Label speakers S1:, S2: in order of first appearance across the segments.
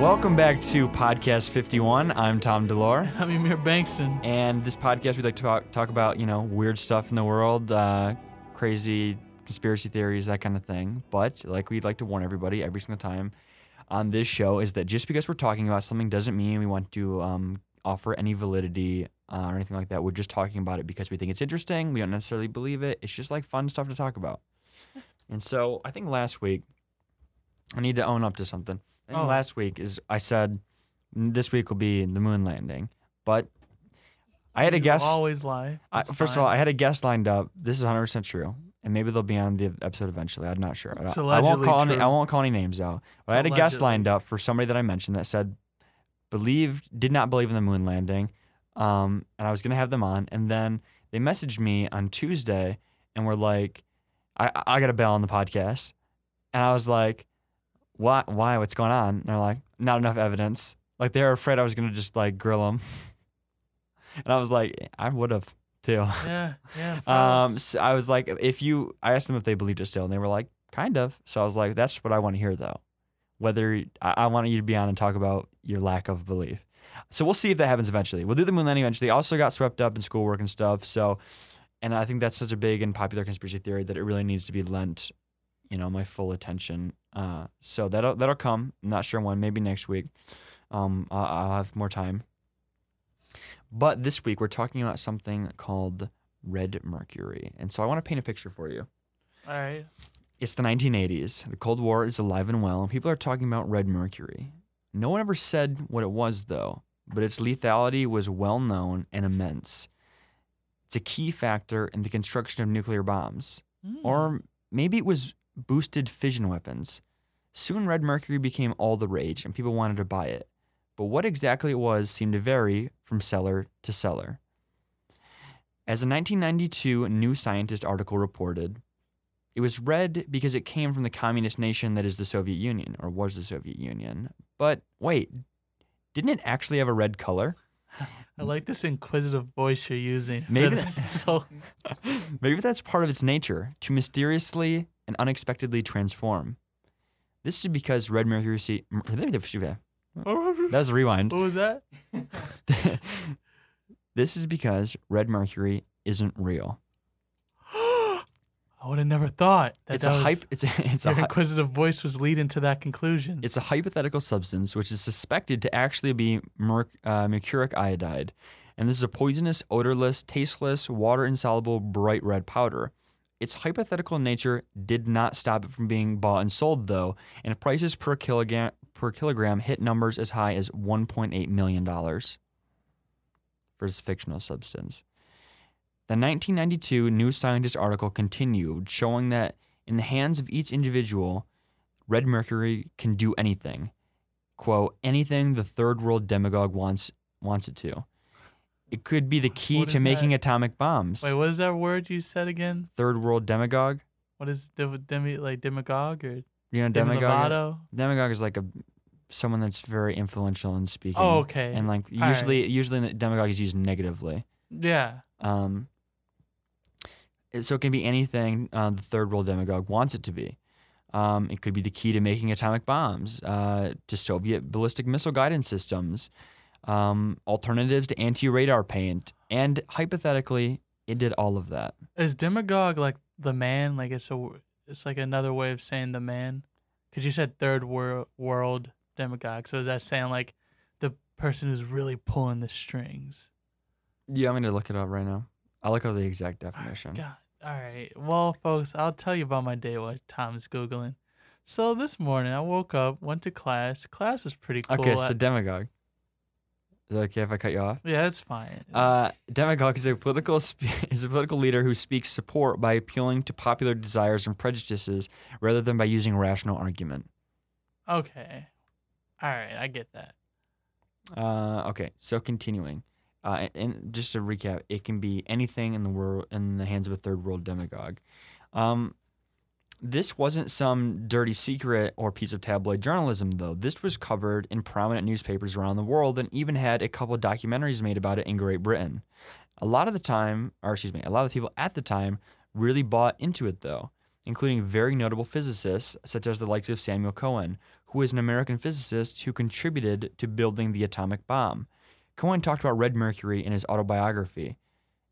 S1: Welcome back to Podcast 51. I'm Tom DeLore.
S2: I'm Amir Bankston.
S1: And this podcast, we like to talk, talk about, you know, weird stuff in the world, uh, crazy conspiracy theories, that kind of thing. But like we'd like to warn everybody every single time on this show is that just because we're talking about something doesn't mean we want to um, offer any validity uh, or anything like that. We're just talking about it because we think it's interesting. We don't necessarily believe it. It's just like fun stuff to talk about. And so I think last week, I need to own up to something. I think
S2: Oh.
S1: last week is I said "Mm, this week will be the moon landing, but I had a
S2: You
S1: guess.
S2: Always lie.
S1: I,
S2: That's
S1: first
S2: fine.
S1: of all, I had a guest lined up. This is 100 percent true, and maybe they'll be on the episode eventually. I'm not sure. I
S2: It's
S1: don't- I won't
S2: allegedly
S1: call any.
S2: true.
S1: I won't call any names out. But
S2: It's
S1: I had a guest
S2: allegedly.
S1: lined up for somebody that I mentioned that said believed did not believe in the moon landing, um, and I was gonna have them on, and then they messaged me on Tuesday and were like, "I I- I got a bell on the podcast," and I was like, "Why? Why? What's going on?" And they're like, "Not enough evidence." Like they were afraid I was gonna just like grill them, and I was like, "I would have too."
S2: yeah, yeah.
S1: Um,
S2: facts.
S1: so I was like, if you, I asked them if they believed it still, and they were like, kind of. So I was like, that's what I want to hear though. Whether I, I want you to be on and talk about your lack of belief. So we'll see if that happens eventually. We'll do the moon landing eventually. Also got swept up in schoolwork and stuff. So, and I think that's such a big and popular conspiracy theory that it really needs to be lent, you know, my full attention. Uh, so that'll that'll come. I'm not sure when. Maybe next week. Um, I- I'll have more time. But this week we're talking about something called red mercury. And so I want to paint a picture for you.
S2: all right.
S1: It's the 1980s. The Cold War is alive and well, and people are talking about red mercury. No one ever said what it was, though, but its lethality was well known and immense. It's a key factor in the construction of nuclear bombs
S2: Hmm.
S1: or maybe it was boosted fission weapons. Soon, red mercury became all the rage, and people wanted to buy it. But what exactly it was seemed to vary from seller to seller. As a 1992 New Scientist article reported, it was red because it came from the communist nation that is the Soviet Union, or was the Soviet Union. But wait, didn't it actually have a red color?
S2: I like this inquisitive voice you're using. for
S1: Maybe
S2: that-
S1: that-
S2: so
S1: Maybe that's part of its nature to mysteriously and unexpectedly transform. This is because red mercury. Se- that
S2: what
S1: was a rewind.
S2: was that?
S1: this is because red mercury isn't real.
S2: I would have never thought that
S1: It's
S2: that
S1: a
S2: was-
S1: hype. It's a, it's a
S2: Your
S1: hy-
S2: inquisitive voice was leading to that conclusion.
S1: It's a hypothetical substance which is suspected to actually be merc- uh, mercuric iodide. And this is a poisonous, odorless, tasteless, water insoluble, bright red powder. Its hypothetical nature did not stop it from being bought and sold, though, and prices per kilogram, per kilogram hit numbers as high as $1.8 million for this fictional substance. The 1992 New Scientist article continued, showing that in the hands of each individual, red mercury can do anything. Quote, anything the third world demagogue wants wants it to. It could be the key
S2: What
S1: to
S2: is
S1: making atomic bombs.
S2: Wait, what is that word you said again?
S1: Third world demagogue.
S2: What is demi, demi like demagogue or
S1: You know,
S2: demi
S1: demagogue.
S2: Lovato?
S1: Demagogue is like a someone that's very influential in speaking.
S2: Oh, okay.
S1: And like
S2: All right.
S1: usually, usually the demagogue is used negatively.
S2: yeah.
S1: Um, it- so it can be anything uh, the third world demagogue wants it to be. Um, it could be the key to making atomic bombs, uh, to Soviet ballistic missile guidance systems, um, alternatives to anti radar paint, and hypothetically, it did all of that.
S2: Is demagogue like the man? Like it's a w- it's like another way of saying the man, because you said third world world demagogue. So is that saying like the person who's really pulling the strings?
S1: Yeah, I'm going to look it up right now. I'll look up the exact definition.
S2: God. All right. Well, folks, I'll tell you about my day while Tom's googling. So this morning I woke up, went to class. Class was pretty cool.
S1: Okay,
S2: I-
S1: so demagogue. Is that okay if I cut you off?
S2: yeah, it's fine.
S1: Uh, demagogue is a political sp- is a political leader who speaks support by appealing to popular desires and prejudices rather than by using rational argument.
S2: okay. All right, I get that.
S1: Uh, okay, so continuing, uh, and, and just to recap, it can be anything in the world in the hands of a third world demagogue. Um, this wasn't some dirty secret or piece of tabloid journalism, though. This was covered in prominent newspapers around the world, and even had a couple documentaries made about it in Great Britain. A lot of the time, or excuse me, a lot of the people at the time really bought into it, though. including very notable physicists such as the likes of Samuel Cohen, who is an American physicist who contributed to building the atomic bomb. Cohen talked about red mercury in his autobiography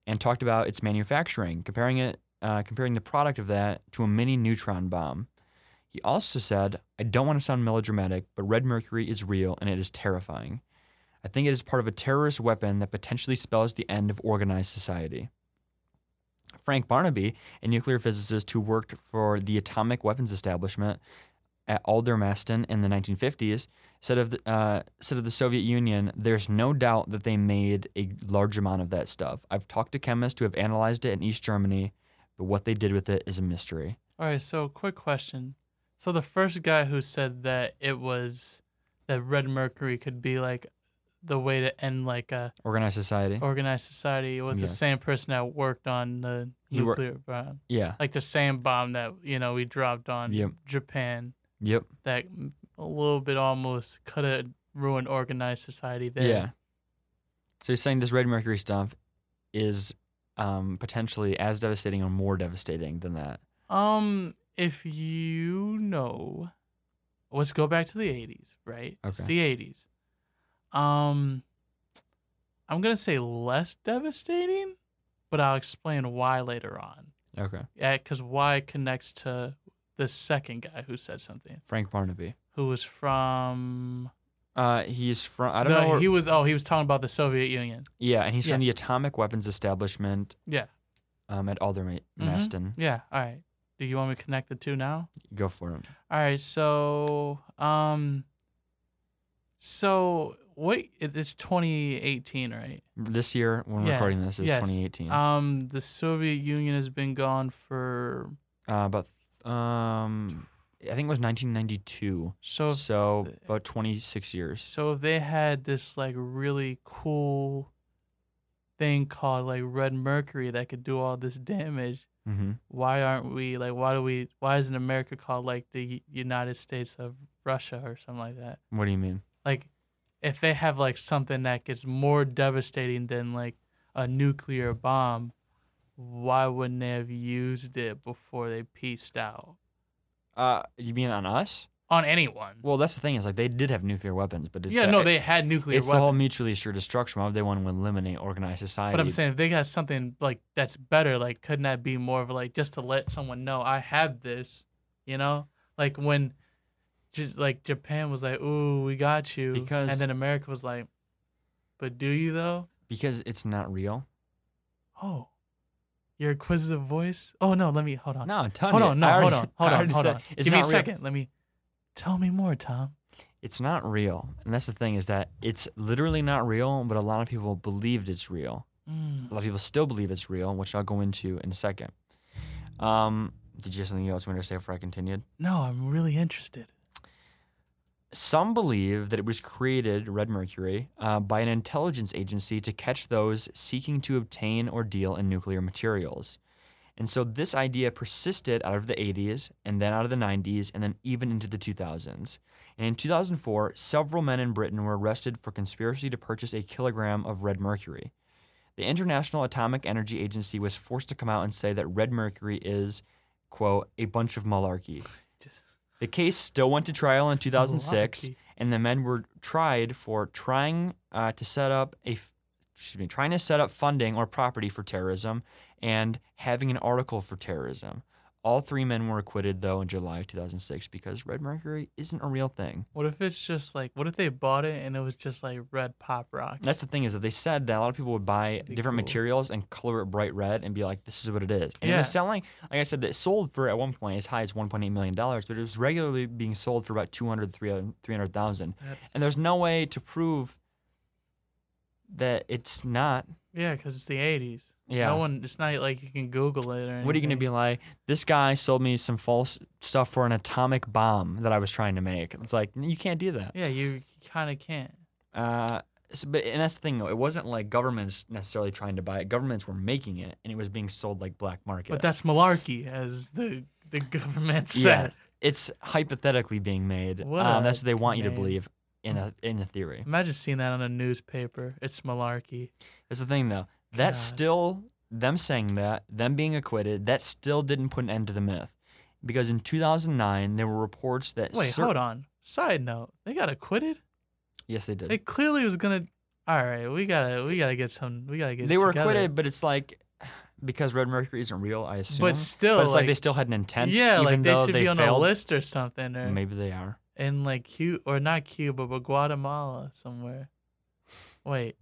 S1: and talked about its manufacturing, comparing it uh, comparing the product of that to a mini neutron bomb. He also said, "I don't want to sound melodramatic, but red mercury is real and it is terrifying. I think it is part of a terrorist weapon that potentially spells the end of organized society." Frank Barnaby, a nuclear physicist who worked for the Atomic Weapons Establishment at Aldermaston in the 1950s, said of the, uh, said of the Soviet Union, "There's no doubt that they made a large amount of that stuff. I've talked to chemists who have analyzed it in East Germany, but what they did with it is a mystery."
S2: All right, so quick question. So the first guy who said that it was that red mercury could be like the way to end like a
S1: Organized society.
S2: organized society was the
S1: Eh. Yes.
S2: same person that worked on the
S1: He wor-
S2: nuclear bomb,
S1: yeah.
S2: like the same bomb that you know we dropped on
S1: Yep.
S2: Japan
S1: Yep.
S2: that m- a little bit almost could have ruined organized society there.
S1: Yeah. So he's saying this red mercury stuff is um, potentially as devastating or more devastating than that.
S2: Um, if you know, let's go back to the '80s, right? It's
S1: Okay.
S2: the '80s. Um, I'm gonna say less devastating, but I'll explain why later on.
S1: Okay.
S2: Yeah, because why connects to the second guy who said something,
S1: Frank Barnaby.
S2: who was from.
S1: Uh, he's from I don't
S2: the-
S1: know. Where,
S2: He was. Oh, he was talking about the Soviet Union.
S1: yeah, and he's from
S2: yeah.
S1: the Atomic Weapons Establishment
S2: Yeah.
S1: um, at Aldermaston.
S2: Mm-hmm. Yeah. All right. Do you want me to connect the two now?
S1: Go for it.
S2: All right, so um, so what? it- It's 2018, right?
S1: This year, when we're
S2: Yeah.
S1: recording this, is
S2: Yes.
S1: 2018.
S2: Um, the Soviet Union has been gone for
S1: uh, about um, I think it was 1992.
S2: so. If,
S1: so about 26 years.
S2: so if they had this like really cool thing called like red mercury that could do all this damage,
S1: hmm
S2: why aren't we like? Why do we? Why isn't America called like the United States of Russia or something like that?
S1: What do you mean?
S2: like if they have like something that gets more devastating than like a nuclear bomb, why wouldn't they have used it before they pieced out
S1: Uh, you mean on us?
S2: on anyone?
S1: Well, that's the thing is like they did have nuclear weapons, but it's
S2: yeah,
S1: that-
S2: no, they had nuclear
S1: it's the
S2: weapons.
S1: whole mutually assured destruction. Why would they want to eliminate organized society?
S2: but I'm saying if they got something like that's better, like couldn't that be more of like just to let someone know I have this, you know? Like when, just like Japan was like, "Ooh, we got you,"
S1: Because-
S2: and then America was like, "But do you though?"
S1: because it's not real.
S2: Oh, your inquisitive voice. Oh no, let me hold on.
S1: No, tell
S2: hold
S1: me.
S2: on, no,
S1: I
S2: hold
S1: already-
S2: on, hold
S1: I
S2: on,
S1: already
S2: hold
S1: said
S2: on.
S1: It's
S2: Give me a
S1: not real.
S2: second. Let me tell me more, Tom.
S1: It's not real, and that's the thing is that it's literally not real. But a lot of people believed it's real.
S2: Mm.
S1: A lot of people still believe it's real, which I'll go into in a second. Um, did you have something else you wanted to say before I continued?
S2: No, I'm really interested.
S1: Some believe that it was created, red mercury, uh, by an intelligence agency to catch those seeking to obtain or deal in nuclear materials. And so this idea persisted out of the 80s and then out of the 90s and then even into the 2000s. And in 2004, several men in Britain were arrested for conspiracy to purchase a kilogram of red mercury. The International Atomic Energy Agency was forced to come out and say that red mercury is, quote, a bunch of malarkey.
S2: Just
S1: The case still went to trial in 2006,
S2: Malarkey.
S1: and the men were tried for trying uh, to set up a, f- excuse me, trying to set up funding or property for terrorism, and having an article for terrorism. All three men were acquitted though in July of 2006 because red mercury isn't a real thing.
S2: what if it's just like what if they bought it and it was just like red pop rocks?
S1: That's the thing is that they said that a lot of people would buy
S2: Be
S1: different
S2: cool.
S1: materials and color it bright red and be like, "This is what it is." And it
S2: Yeah.
S1: was selling, like I said, that sold for at one point as high as 1.8 million dollars, but it was regularly being sold for about 200, 300,000.
S2: That's-
S1: And there's no way to prove that it's not.
S2: yeah, because it's the '80s.
S1: Yeah.
S2: No one. It's not like you can Google it or anything.
S1: What are you going to be like? This guy sold me some false stuff for an atomic bomb that I was trying to make. It's like, you can't do that.
S2: Yeah, you kind of can't.
S1: Uh, s- but and that's the thing though, it wasn't like governments necessarily trying to buy it. Governments were making it, and it was being sold like black market.
S2: But that's malarkey, as the the government
S1: Yeah.
S2: said.
S1: it's hypothetically being made.
S2: What
S1: um,
S2: a
S1: that's what they want you to
S2: name.
S1: believe in a in a theory.
S2: Imagine seeing that on a newspaper. It's malarkey.
S1: That's the thing though. That's
S2: God.
S1: still them saying that, them being acquitted, that still didn't put an end to the myth. because in 2009 there were reports that
S2: Wait,
S1: cer-
S2: hold on. Side note, they got acquitted.
S1: yes they did
S2: It clearly was gonna. All right, we gotta we gotta get some. We gotta get.
S1: they
S2: it
S1: were
S2: together.
S1: acquitted but it's like because red mercury isn't real i assume
S2: but still,
S1: But it's like,
S2: like,
S1: they still had an intent
S2: yeah,
S1: even
S2: like they
S1: though
S2: should
S1: they
S2: be on
S1: failed.
S2: a list or something, or
S1: maybe they are
S2: in like Cuba or not Cuba, but Guatemala somewhere. Wait,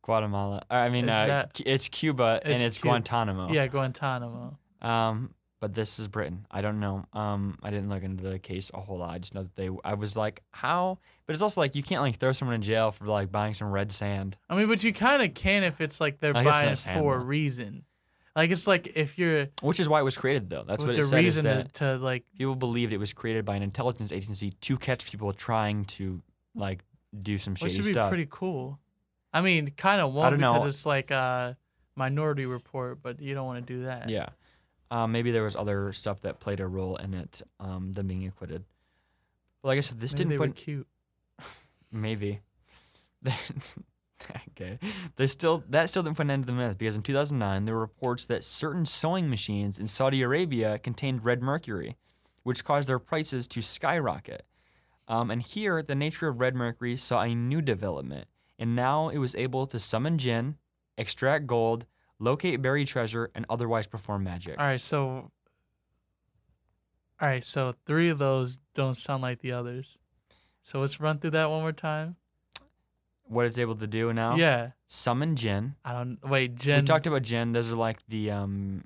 S1: guatemala i mean
S2: Is
S1: uh,
S2: that-
S1: Cu- it's cuba and
S2: It's
S1: it's
S2: Cu-
S1: guantanamo
S2: yeah, Guantanamo.
S1: Um, but this is Britain. I don't know. Um, I didn't look into the case a whole lot. I just know that they. I was like, how? But it's also like you can't like throw someone in jail for like buying some red sand.
S2: I mean, but you kind of can if it's like they're
S1: I guess
S2: buying it
S1: that's
S2: for a
S1: handle.
S2: reason. Like it's like if you're
S1: Which is why it was created, though. That's
S2: with
S1: what it
S2: the
S1: said is
S2: reason to,
S1: that
S2: to like
S1: people believed it was created by an intelligence agency to catch people trying to like do some
S2: Which
S1: shady
S2: should be
S1: stuff.
S2: pretty cool. I mean, kind of won't
S1: don't know.
S2: because it's like a minority report, but you don't want to do that.
S1: yeah. Um, maybe there was other stuff that played a role in it. Um, them being acquitted. Well, like I said, this
S2: Maybe
S1: didn't
S2: they
S1: put
S2: were cute.
S1: Maybe. okay. They still that still didn't put an end to the myth because in 2009 there were reports that certain sewing machines in Saudi Arabia contained red mercury, which caused their prices to skyrocket. Um, and here, the nature of red mercury saw a new development, and now it was able to summon jinn, extract gold, locate buried treasure, and otherwise perform magic.
S2: All right, so all right, so three of those don't sound like the others. So let's run through that one more time.
S1: What it's able to do now?
S2: Yeah,
S1: Summon jinn.
S2: I don't wait.
S1: we
S2: Jen.
S1: talked about jinn. Those are like the um,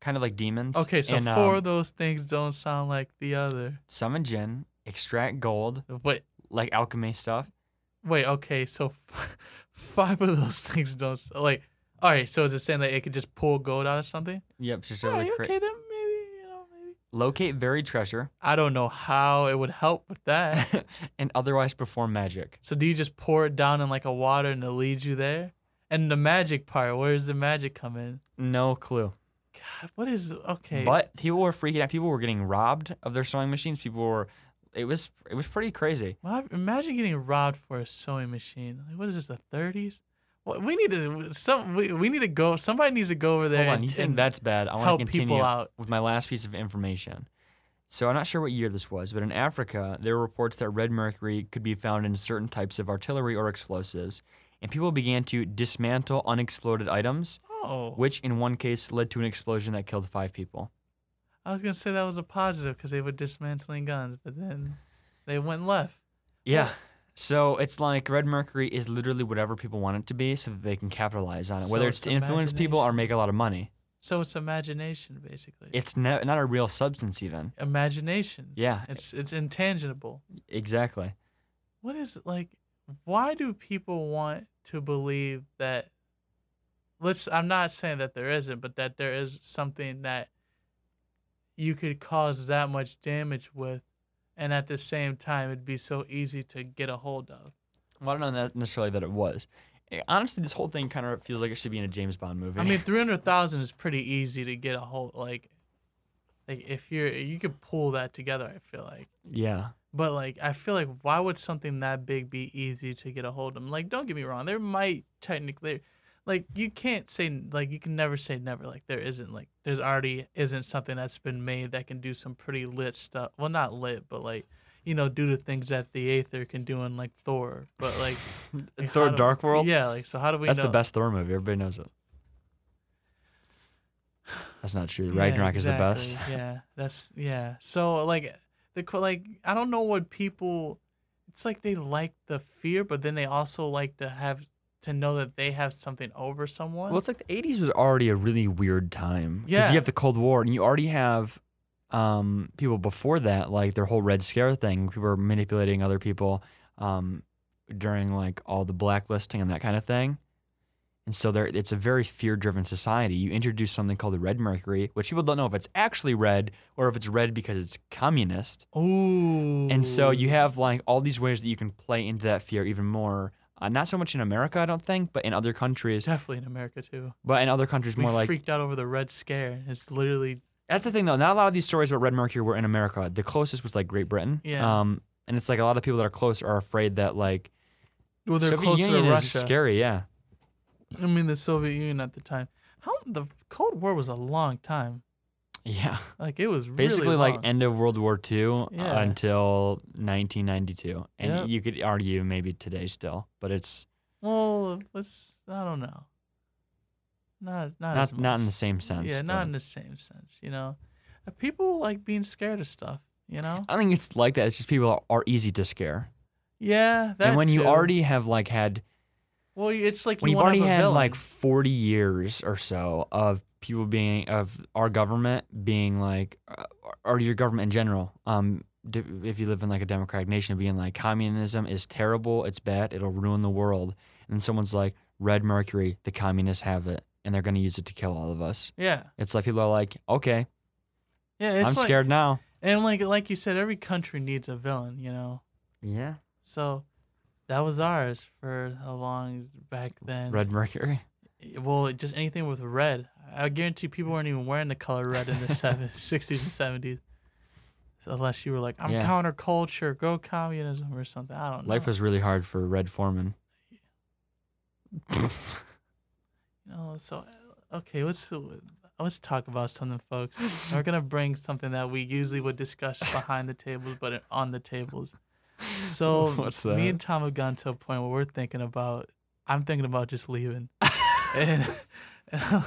S1: kind of like demons.
S2: okay, so
S1: and,
S2: four
S1: um,
S2: of those things don't sound like the other.
S1: summon jinn, extract gold,
S2: Wait,
S1: like alchemy stuff.
S2: wait. Okay, so f- five of those things don't s- like. All right, so is it saying that it could just pull gold out of something?
S1: Yep, just
S2: All
S1: really
S2: right,
S1: cra-
S2: okay, then maybe you know maybe.
S1: locate buried treasure
S2: I don't know how it would help with that.
S1: and otherwise perform magic.
S2: so do you just pour it down in like a water and it leads you there? And the magic part, where does the magic come in?
S1: No clue.
S2: God, what is okay?
S1: But people were freaking out. People were getting robbed of their sewing machines. People were. It was it was pretty crazy.
S2: Wow, imagine getting robbed for a sewing machine. Like, what is this? The thirties? What we need to some we, we need to go. Somebody needs to go over there.
S1: Hold on,
S2: and,
S1: you think
S2: and
S1: that's bad? I want
S2: help
S1: to
S2: people
S1: continue
S2: out?
S1: with my last piece of information. So I'm not sure what year this was, but in Africa there were reports that red mercury could be found in certain types of artillery or explosives, and people began to dismantle unexploded items
S2: Oh,
S1: which in one case led to an explosion that killed five people.
S2: I was gonna say that was a positive because they were dismantling guns, but then they went left.
S1: Yeah. So it's like red mercury is literally whatever people want it to be so that they can capitalize on it,
S2: So
S1: whether it's
S2: it's
S1: to influence people or
S2: imagination.
S1: make a lot of money.
S2: So it's imagination, basically.
S1: It's no, not a real substance, even.
S2: imagination.
S1: Yeah,
S2: It's it's intangible.
S1: exactly.
S2: What is like why do people want to believe that let's I'm not saying that there isn't, but that there is something that you could cause that much damage with and at the same time it'd be so easy to get a hold of.
S1: Well, I don't know that necessarily that it was. Eh, Honestly, this whole thing kind of feels like it should be in a James Bond movie.
S2: I mean three hundred thousand is pretty easy to get a hold like like if you're you could pull that together, I feel like.
S1: yeah.
S2: But like, I feel like why would something that big be easy to get a hold of? Like, don't get me wrong, there might technically, like, you can't say like you can never say never. Like, there isn't like there's already isn't something that's been made that can do some pretty lit stuff. Well, not lit, but like you know, do the things that the Aether can do in like Thor. But like, like, how
S1: Thor
S2: do-
S1: Dark World?
S2: Yeah, like so how do we?
S1: That's
S2: know?
S1: the best Thor movie. Everybody knows it. That's not true. Ragnarok is the best.
S2: exactly. Yeah, that's yeah. So like the qu- like I don't know what people. It's like they like the fear, but then they also like to have to know that they have something over someone.
S1: Well, it's like the '80s was already a really weird time because
S2: Yeah.
S1: you have the Cold War, and you already have um, people before that, like their whole Red Scare thing. People were manipulating other people um, during like all the blacklisting and that kind of thing. And so there, it's a very fear-driven society. You introduce something called the red mercury, which people don't know if it's actually red or if it's red because it's communist.
S2: Ooh.
S1: And so you have like all these ways that you can play into that fear even more. Uh, not so much in America, I don't think, but in other countries.
S2: definitely in America too.
S1: But in other countries,
S2: We
S1: more like
S2: freaked out over the Red Scare. It's literally
S1: That's the thing, though. Not a lot of these stories about Red Mercury were in America. The closest was like Great Britain.
S2: Yeah.
S1: Um, and it's like a lot of people that are close are afraid that like
S2: well, they're
S1: Soviet
S2: closer
S1: Union
S2: to
S1: is
S2: Russia.
S1: scary. Yeah.
S2: I mean, the Soviet Union at the time. How the Cold War was a long time.
S1: Yeah.
S2: Like it was
S1: Basically,
S2: really
S1: like
S2: long.
S1: end of World War II
S2: Yeah.
S1: until 1992, and
S2: Yep.
S1: you could argue maybe today still, but it's
S2: well, let's I don't know. Not not as
S1: not not in
S2: much.
S1: the same sense.
S2: yeah,
S1: but-
S2: not in the same sense. You know, Uh, people like being scared of stuff. You know,
S1: I think it's like that. It's just people are, are easy to scare,
S2: yeah. That
S1: and when you
S2: too.
S1: already have like had
S2: well, it's like
S1: when
S2: you
S1: you've
S2: wanna
S1: already
S2: have a
S1: had
S2: villain.
S1: like 40 years or so of people being of our government being like uh, or your government in general um d- if you live in like a democratic nation being like communism is terrible it's bad it'll ruin the world and someone's like red mercury the communists have it and they're going to use it to kill all of us
S2: yeah,
S1: it's like people are like okay
S2: yeah. It's
S1: i'm
S2: like,
S1: scared now
S2: and like like you said, every country needs a villain. You know,
S1: yeah
S2: so that was ours for a long back then.
S1: red mercury
S2: Well, just anything with red. I guarantee people weren't even wearing the color red in the 70s, 60s and 70s. So unless you were like, I'm
S1: Yeah.
S2: counterculture, go communism or something. I don't know.
S1: life was really hard for red foreman
S2: No, Oh, so, okay, let's, let's talk about something, folks. We're going to bring something that we usually would discuss behind the tables, but on the tables. So,
S1: What's
S2: me
S1: that?
S2: and Tom have gotten to a point where we're thinking about, I'm thinking about just leaving. and, and,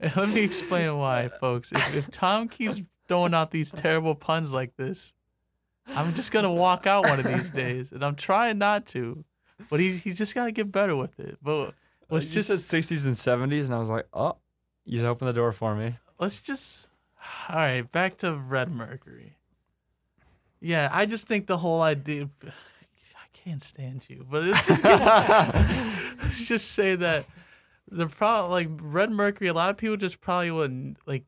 S2: and let me explain why, folks. If, if Tom keeps throwing out these terrible puns like this, I'm just gonna walk out one of these days, and I'm trying not to, but he he's just gotta get better with it. But let's
S1: Uh, You
S2: just
S1: said 60s and 70s and i was like oh you just opened the door for me
S2: let's just all right back to red mercury yeah i just think the whole idea i can't stand you but it's just
S1: Mm-hmm.
S2: let's just say that the problem like red mercury a lot of people just probably wouldn't like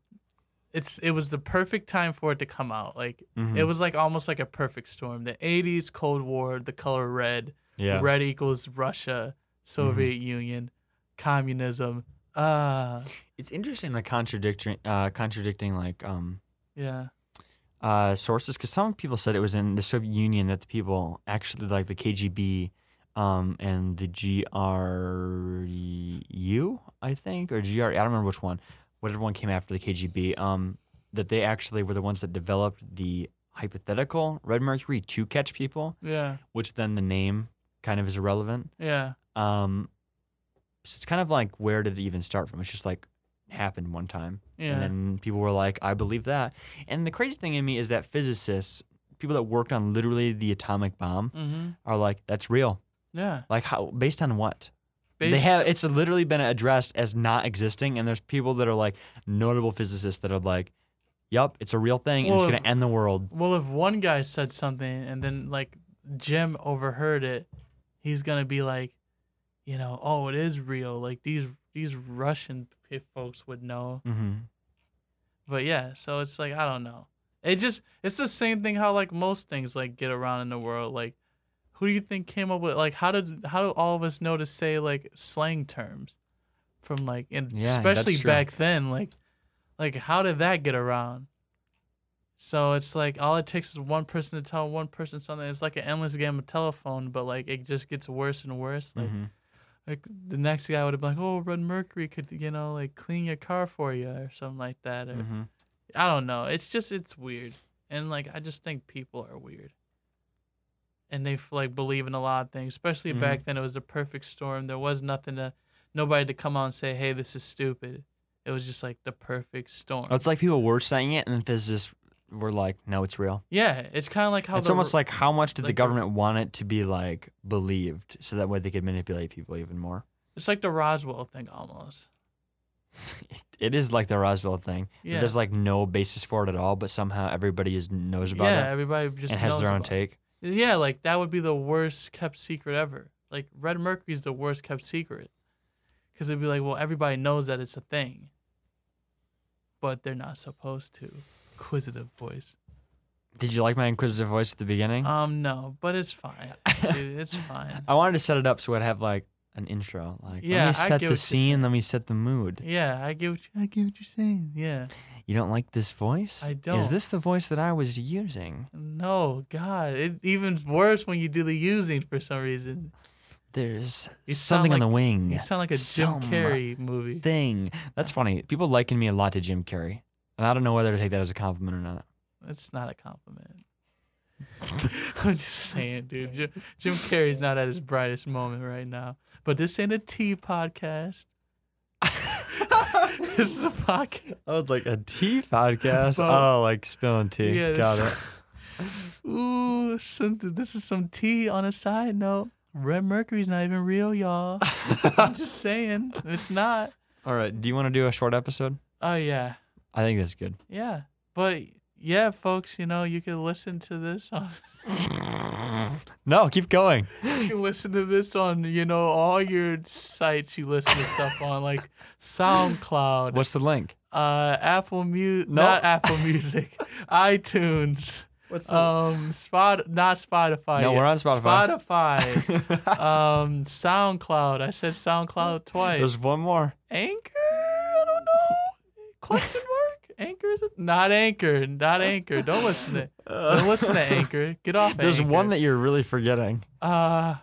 S2: it's it was the perfect time for it to come out like
S1: Mm-hmm.
S2: it was like almost like a perfect storm the 80s cold war the color red
S1: yeah Mm-hmm.
S2: red equals russia soviet union communism uh
S1: It's interesting the contradicting, uh, contradicting like um,
S2: yeah
S1: uh, sources because some people said it was in the Soviet Union that the people actually like the KGB um, and the GRU, I think, or GR, I don't remember which one, whatever one came after the KGB, um, that they actually were the ones that developed the hypothetical red mercury to catch people,
S2: yeah
S1: which then the name kind of is irrelevant.
S2: yeah
S1: Um, so it's kind of like where did it even start from? It's just like happened one time.
S2: Yeah.
S1: And then people were like, I believe that. And the crazy thing in me is that physicists, people that worked on literally the atomic bomb,
S2: mm-hmm.
S1: are like, that's real.
S2: Yeah.
S1: Like, how, based on what? they
S2: Based-
S1: have, it's literally been addressed as not existing. And there's people that are like notable physicists that are like, yup, it's a real thing and it's
S2: Well,
S1: going to end the world.
S2: well, if one guy said something and then like Jim overheard it, he's gonna be like, you know, oh, it is real. Like these these Russian p- folks would know.
S1: Mm-hmm.
S2: But yeah, so it's like I don't know. It just it's the same thing how like most things like get around in the world. Like, who do you think came up with like how did how do all of us know to say like slang terms from like and
S1: Yeah,
S2: especially
S1: that's true.
S2: back then like like how did that get around? So it's like all it takes is one person to tell one person something. It's like an endless game of telephone, but like it just gets worse and worse. Like
S1: Mhm.
S2: like the next guy would have been like, "Oh, Red Mercury could you know like clean your car for you or something like that." Or,
S1: Mhm.
S2: I don't know. It's just it's weird, and like I just think people are weird, and they f- like believe in a lot of things. Especially
S1: Mhm.
S2: back then, it was the perfect storm. There was nothing to, nobody to come out and say, "Hey, this is stupid." It was just like the perfect storm.
S1: Oh, It's like people were saying it and then physicists were like, no, it's real.
S2: yeah, it's kind of like how
S1: it's
S2: the,
S1: almost like how much did the
S2: like the-
S1: government want it to be like believed so that way they could manipulate people even more
S2: it's like the Roswell thing almost.
S1: it is like the roswell thing
S2: Yeah.
S1: there's like no basis for it at all but somehow everybody is knows about
S2: yeah,
S1: it
S2: everybody just
S1: and has
S2: knows
S1: their own
S2: about it.
S1: take
S2: Yeah, like that would be the worst kept secret ever. Like Red Mercury's the worst kept secret. Cuz it'd be like, well, everybody knows that it's a thing. But they're not supposed to. Inquisitive voice.
S1: did you like my inquisitive voice at the beginning
S2: Um no, but it's fine. Dude, it's fine.
S1: i wanted to set it up so i'd have like an intro like
S2: Yeah, I
S1: let me set
S2: get what
S1: the
S2: you're
S1: scene let me set the mood
S2: Yeah, I get what you, I get what you're saying. Yeah.
S1: you don't like this voice
S2: I don't.
S1: is this the voice that i was using
S2: No, god, it even's worse when you do the using for some reason.
S1: there's
S2: You sound
S1: something on the
S2: like-
S1: wing
S2: You sound like a Jim
S1: Some
S2: Carrey movie.
S1: thing that's funny people liken me a lot to jim carrey And I don't know whether to take that as a compliment or not.
S2: It's not a compliment. I'm just saying, dude. Jim, Jim Carrey's not at his brightest moment right now. But this ain't a tea podcast. this is a podcast.
S1: Oh, it's like a tea podcast.
S2: Well,
S1: oh, like spilling tea.
S2: yeah,
S1: Got
S2: this-
S1: it.
S2: Ooh, some, this is some tea on a side note. Red Mercury's not even real, y'all. I'm just saying, it's not.
S1: All right. Do you want to do a short episode?
S2: Oh yeah,
S1: I think that's good.
S2: yeah. But yeah, folks, you know you can listen to this on
S1: No, keep going.
S2: you can listen to this on you know all your sites you listen to stuff on like SoundCloud,
S1: What's the link?
S2: uh, Apple Music,
S1: No.
S2: not Apple Music, iTunes,
S1: What's
S2: um, Spot, not Spotify.
S1: No,
S2: yet.
S1: we're on Spotify.
S2: Spotify, um, SoundCloud. I said SoundCloud twice.
S1: There's one more.
S2: Anchor? I don't know. Question mark? Anchor is it? Not Anchor. Not Anchor. Don't listen to. Don't listen to Anchor. Get off.
S1: Uh, There's
S2: Anchor.
S1: one that you're really forgetting.
S2: Uh,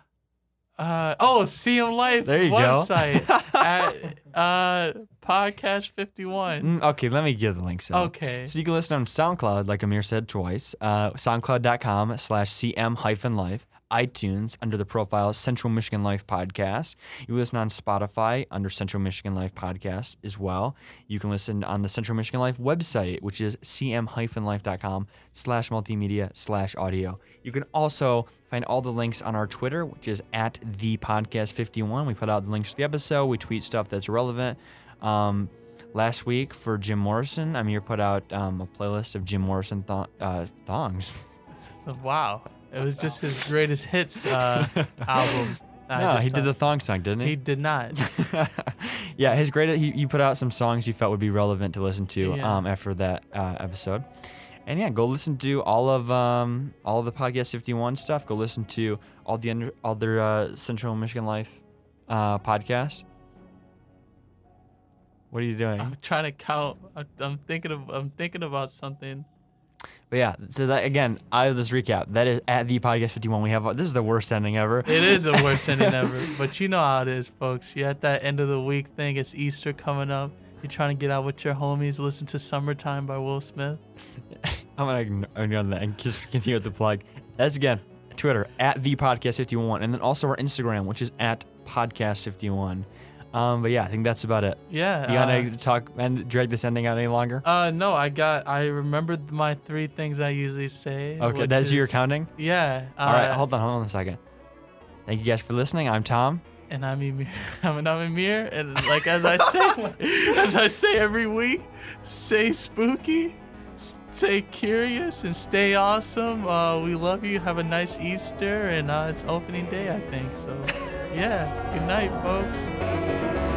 S2: uh, oh, CM Life
S1: There you go.
S2: website at uh, podcast 51.
S1: Mm, okay, let me give the links. out.
S2: Okay.
S1: So you can listen on SoundCloud, like Amir said twice, uh, soundcloud.com slash cm hyphen life, iTunes under the profile Central Michigan Life Podcast. You listen on Spotify under Central Michigan Life Podcast as well. You can listen on the Central Michigan Life website, which is cm hyphen life.com slash multimedia slash audio. You can also find all the links on our Twitter, which is at the podcast 51. We put out the links to the episode, we tweet stuff that's relevant. Um, last week for Jim Morrison. I mean, you put out um, a playlist of Jim Morrison thong- uh, thongs.
S2: Wow. It was just his greatest hits uh, album. I
S1: no,
S2: just
S1: he did the thong
S2: thought-
S1: song, didn't
S2: He
S1: he?
S2: did not.
S1: yeah, his great. He, you put out some songs you felt would be relevant to listen to
S2: Yeah.
S1: um, after that uh, episode. And yeah, go listen to all of um, all of the podcast 51 stuff. Go listen to all the under, other uh, Central Michigan Life uh, podcasts. What are you doing?
S2: I'm trying to count. I'm, I'm thinking of. I'm thinking about something.
S1: But yeah, so that again, I have this recap. That is at the podcast fifty one. We have this is the worst ending ever.
S2: It is the worst ending ever, but you know how it is, folks. You're at that end of the week thing. It's Easter coming up. You're trying to get out with your homies, listen to "Summertime" by Will Smith.
S1: I'm gonna ign- ignore that and just continue with the plug. That's again Twitter at the podcast fifty one, and then also our Instagram, which is at podcast fifty one. Um, but yeah, I think that's about it.
S2: Yeah.
S1: You
S2: uh,
S1: gotta talk and drag this ending out any longer.
S2: Uh, no, I got. I remembered my three things I usually say.
S1: Okay,
S2: which
S1: that's your
S2: is-
S1: counting.
S2: Yeah. Uh,
S1: All right, hold on, hold on a second. Thank you guys for listening. I'm Tom.
S2: And I'm Emir. I'm, and I'm Emir. And like as I say, as I say every week, stay spooky, stay curious, and stay awesome. Uh, we love you. Have a nice Easter, and uh, it's opening day, I think. So, yeah. Good night, folks.